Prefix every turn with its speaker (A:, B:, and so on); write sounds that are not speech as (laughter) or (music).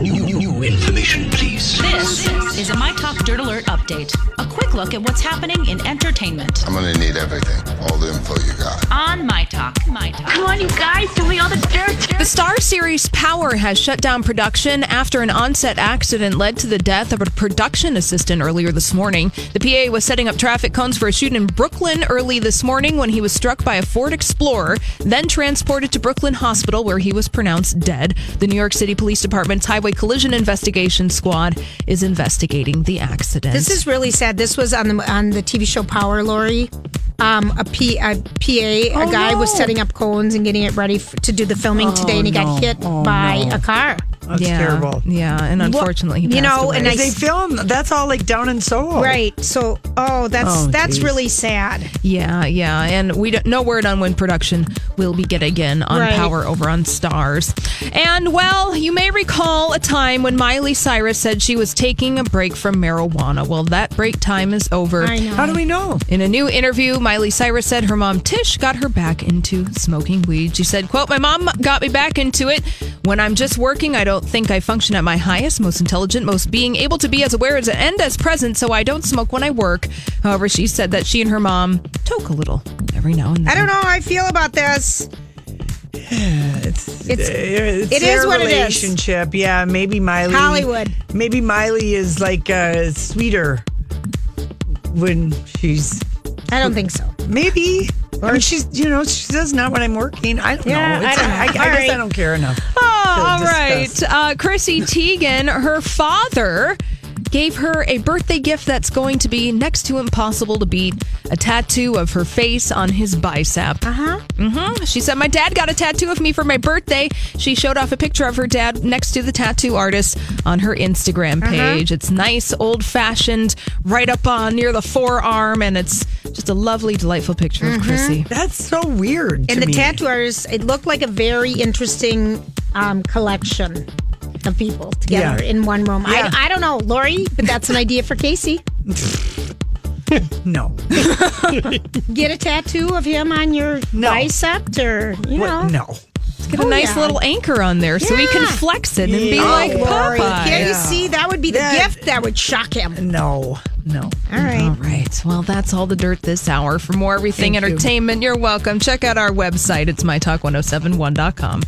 A: New, new, new information, please.
B: This is a My Talk Dirt Alert update. A quick look at what's happening in entertainment
C: I'm gonna need everything, all the info you got.
B: on My Talk. My Talk.
D: Come on, you guys, give me all the dirt.
E: The star series Power has shut down production after an on-set accident led to the death of a production assistant earlier this morning. The PA was setting up traffic cones for a shoot in Brooklyn early this morning when he was struck by a Ford Explorer, then transported to Brooklyn Hospital where he was pronounced dead. The New York City Police Department's Highway Collision Investigation Squad is investigating the accident.
F: This is really sad. This was on the on the TV show Power Lori. Um, a, P, a PA, a
E: Oh,
F: guy was
E: no.
F: setting up cones and getting it ready f to do the filming today, and he
G: Oh,
F: got hit by a car.
G: That's
E: yeah,
G: terrible.
E: Yeah, and unfortunately, he passed
F: you know, and
E: away.
F: I-
G: They film. That's all like down in Seoul.
F: Right. So, oh, that's
G: Oh,
F: that's
G: geez.
F: really sad.
E: Yeah, yeah, and we don't, no word on when production will begin again on
F: Right.
E: Power over on Stars. And well, you may recall a time when Miley Cyrus said she was taking a break from marijuana. Well, that break time is over.
F: I know.
G: How do we know?
E: In a new interview, Miley Cyrus said her mom Tish got her back into smoking weed. She said, quote, My mom got me back into it. When I'm just working, I don't think I function at my highest, most intelligent, most being able to be as aware as and as present, so I don't smoke when I work. However, she said that she and her mom toke a little every now and then.
F: I don't know how I feel about this.
G: It's, uh,
F: It's-
G: it's
F: it
G: their
F: is what it is.
G: relationship. Yeah, maybe Miley.
F: Hollywood.
G: Maybe Miley is like uh, sweeter when she's
F: I don't think so.
G: maybe. Or she's, you know, she says not when I'm working. I don't
F: Yeah,
G: know.
F: I don't know.
G: I, I
F: All
G: guess
F: right.
G: I don't care enough.
E: Oh, all
G: discuss.
E: right. Uh, Chrissy Teigen, her father gave her a birthday gift that's going to be next to impossible to beat a tattoo of her face on his bicep. Uh huh. hmm She said, My dad got a tattoo of me for my birthday. She showed off a picture of her dad next to the tattoo artist on her Instagram page. It's nice, old fashioned, right up on near the forearm, and it's just a lovely, delightful picture of Chrissy.
G: That's so weird. to
F: And the
G: me.
F: tattoo artist, it looked like a very interesting um, collection of people together
G: Yeah.
F: in one room.
G: Yeah.
F: I, I don't know, Lori, but that's an idea for Casey. (laughs)
G: No.
F: Get a tattoo of him on your
G: No.
F: bicep or, you know.
G: What? No.
E: Get a
F: Oh,
E: nice
F: yeah.
E: little anchor on there so he can
F: Yeah.
E: flex it and be
G: Yeah.
E: like
F: Oh, Lori,
E: Popeye.
F: Can't you see? That would be the
G: That-
F: gift that would shock him.
G: No. No.
F: All right.
E: All right. Well, that's all the dirt this oh hour. For more everything entertainment, you. are welcome. Check out our website. It's mytalk1071.com.